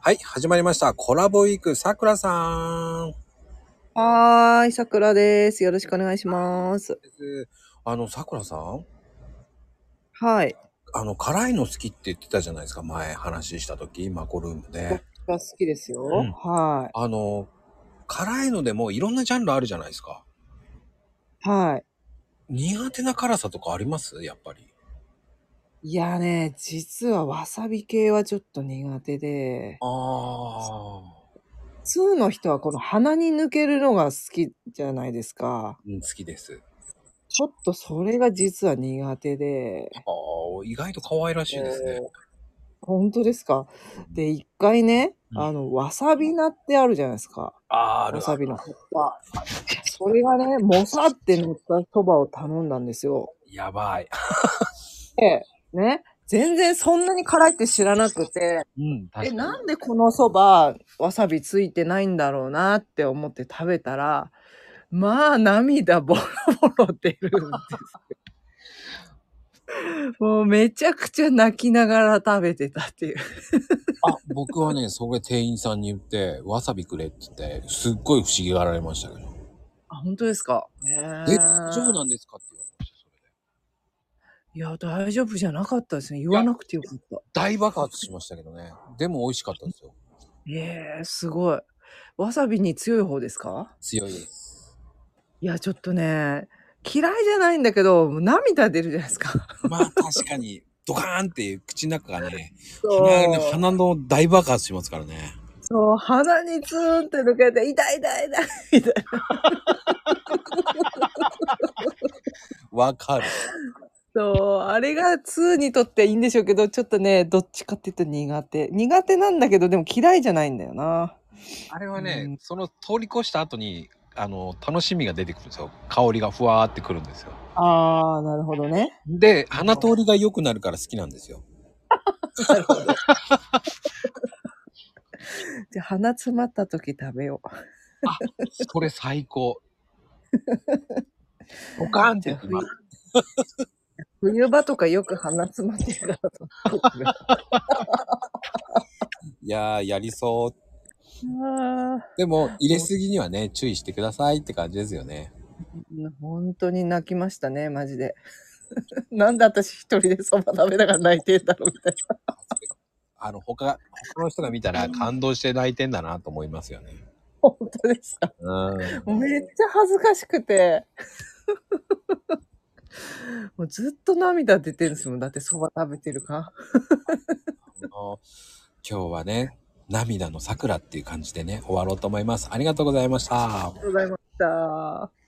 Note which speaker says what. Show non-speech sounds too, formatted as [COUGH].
Speaker 1: はい、始まりました。コラボウィーク、さくらさん。
Speaker 2: はーい、さくらです。よろしくお願いします。
Speaker 1: あの、さくらさん、
Speaker 2: はい。
Speaker 1: あの、辛いの好きって言ってたじゃないですか、前話した時、マコルームで。
Speaker 2: が好きですよ。
Speaker 1: うん
Speaker 2: は
Speaker 1: あの、辛いのでもいろんなジャンルあるじゃないですか。
Speaker 2: い。は
Speaker 1: 苦手な辛さとかありますやっぱり。
Speaker 2: い。いやね、実はわさび系はちょっと苦手で、
Speaker 1: ああ。
Speaker 2: 普通の人はこの鼻に抜けるのが好きじゃないですか。
Speaker 1: うん、好きです。
Speaker 2: ちょっとそれが実は苦手で、
Speaker 1: ああ、意外と可愛らしいですね。
Speaker 2: 本当ですかで、一回ね、
Speaker 1: うん
Speaker 2: あの、わさび菜ってあるじゃないですか。
Speaker 1: あーある
Speaker 2: わさびの葉っぱ。それがね、もさって乗ったそばを頼んだんですよ。
Speaker 1: やばい。
Speaker 2: で、ね、全然そんなに辛いって知らなくて、
Speaker 1: うん、確
Speaker 2: え、
Speaker 1: かに。
Speaker 2: なんでこのそば、わさびついてないんだろうなって思って食べたら、まあ、涙ボロボロ出るんですよ。もうめちゃくちゃ泣きながら食べてたっていう。
Speaker 1: あ、僕はね、それ店員さんに言って、わさびくれって言って、すっごい不思議がられましたけど。
Speaker 2: あ、本当ですかえ
Speaker 1: え、そうなんですかって言われました、それで。
Speaker 2: いや、大丈夫じゃなかったですね。言わなくてよかった。
Speaker 1: 大爆発しましたけどね。でも美味しかったですよ。
Speaker 2: ええすごい。わさびに強い方ですか
Speaker 1: 強いです。
Speaker 2: いや、ちょっとね、嫌いじゃないんだけど、もう涙出るじゃないですか。
Speaker 1: まあ確かに、ドカーンっていう口の中がね、鼻がね
Speaker 2: そう、
Speaker 1: 鼻の大爆発しますからね。
Speaker 2: そう鼻にツーンって抜けて、痛い痛い痛いみたいな。
Speaker 1: わかる。
Speaker 2: そう、あれが2にとってはいいんでしょうけど、ちょっとね、どっちかって言うと苦手。苦手なんだけど、でも嫌いじゃないんだよな。
Speaker 1: あれは
Speaker 2: うん
Speaker 1: ね、その通り越した後に、あの、楽しみが出てくるんですよ。香りがふわーってくるんですよ。
Speaker 2: あー、なるほどね。
Speaker 1: で、鼻通りが良くなるから好きなんですよ。
Speaker 2: じゃあ、鼻詰まった時食べよう。
Speaker 1: それ最高。ドカーンって
Speaker 2: じゃあ
Speaker 1: [LAUGHS] きます。
Speaker 2: 冬冬場とかよく鼻詰まってる
Speaker 1: [LAUGHS]
Speaker 2: から。
Speaker 1: いやー、やりそう。
Speaker 2: あ
Speaker 1: でも、入れすぎにはね、注意してくださいって感じですよね。
Speaker 2: ー本当に泣きましたね、マジで。 [LAUGHS] なんで私一人でそば食べながら泣いてんだろうみたいな。
Speaker 1: あの、他、他の人が見たら感動して泣いてんだなと思いますよね。
Speaker 2: [LAUGHS] 本当ですか
Speaker 1: うん。
Speaker 2: もうめっちゃ恥ずかしくて。 [LAUGHS] もうずっと涙出てるんですもん。だってそば食べてるか。
Speaker 1: あの今日はね、涙の桜っていう感じでね、終わろうと思います。ありがとうございました。
Speaker 2: ありがとうございました。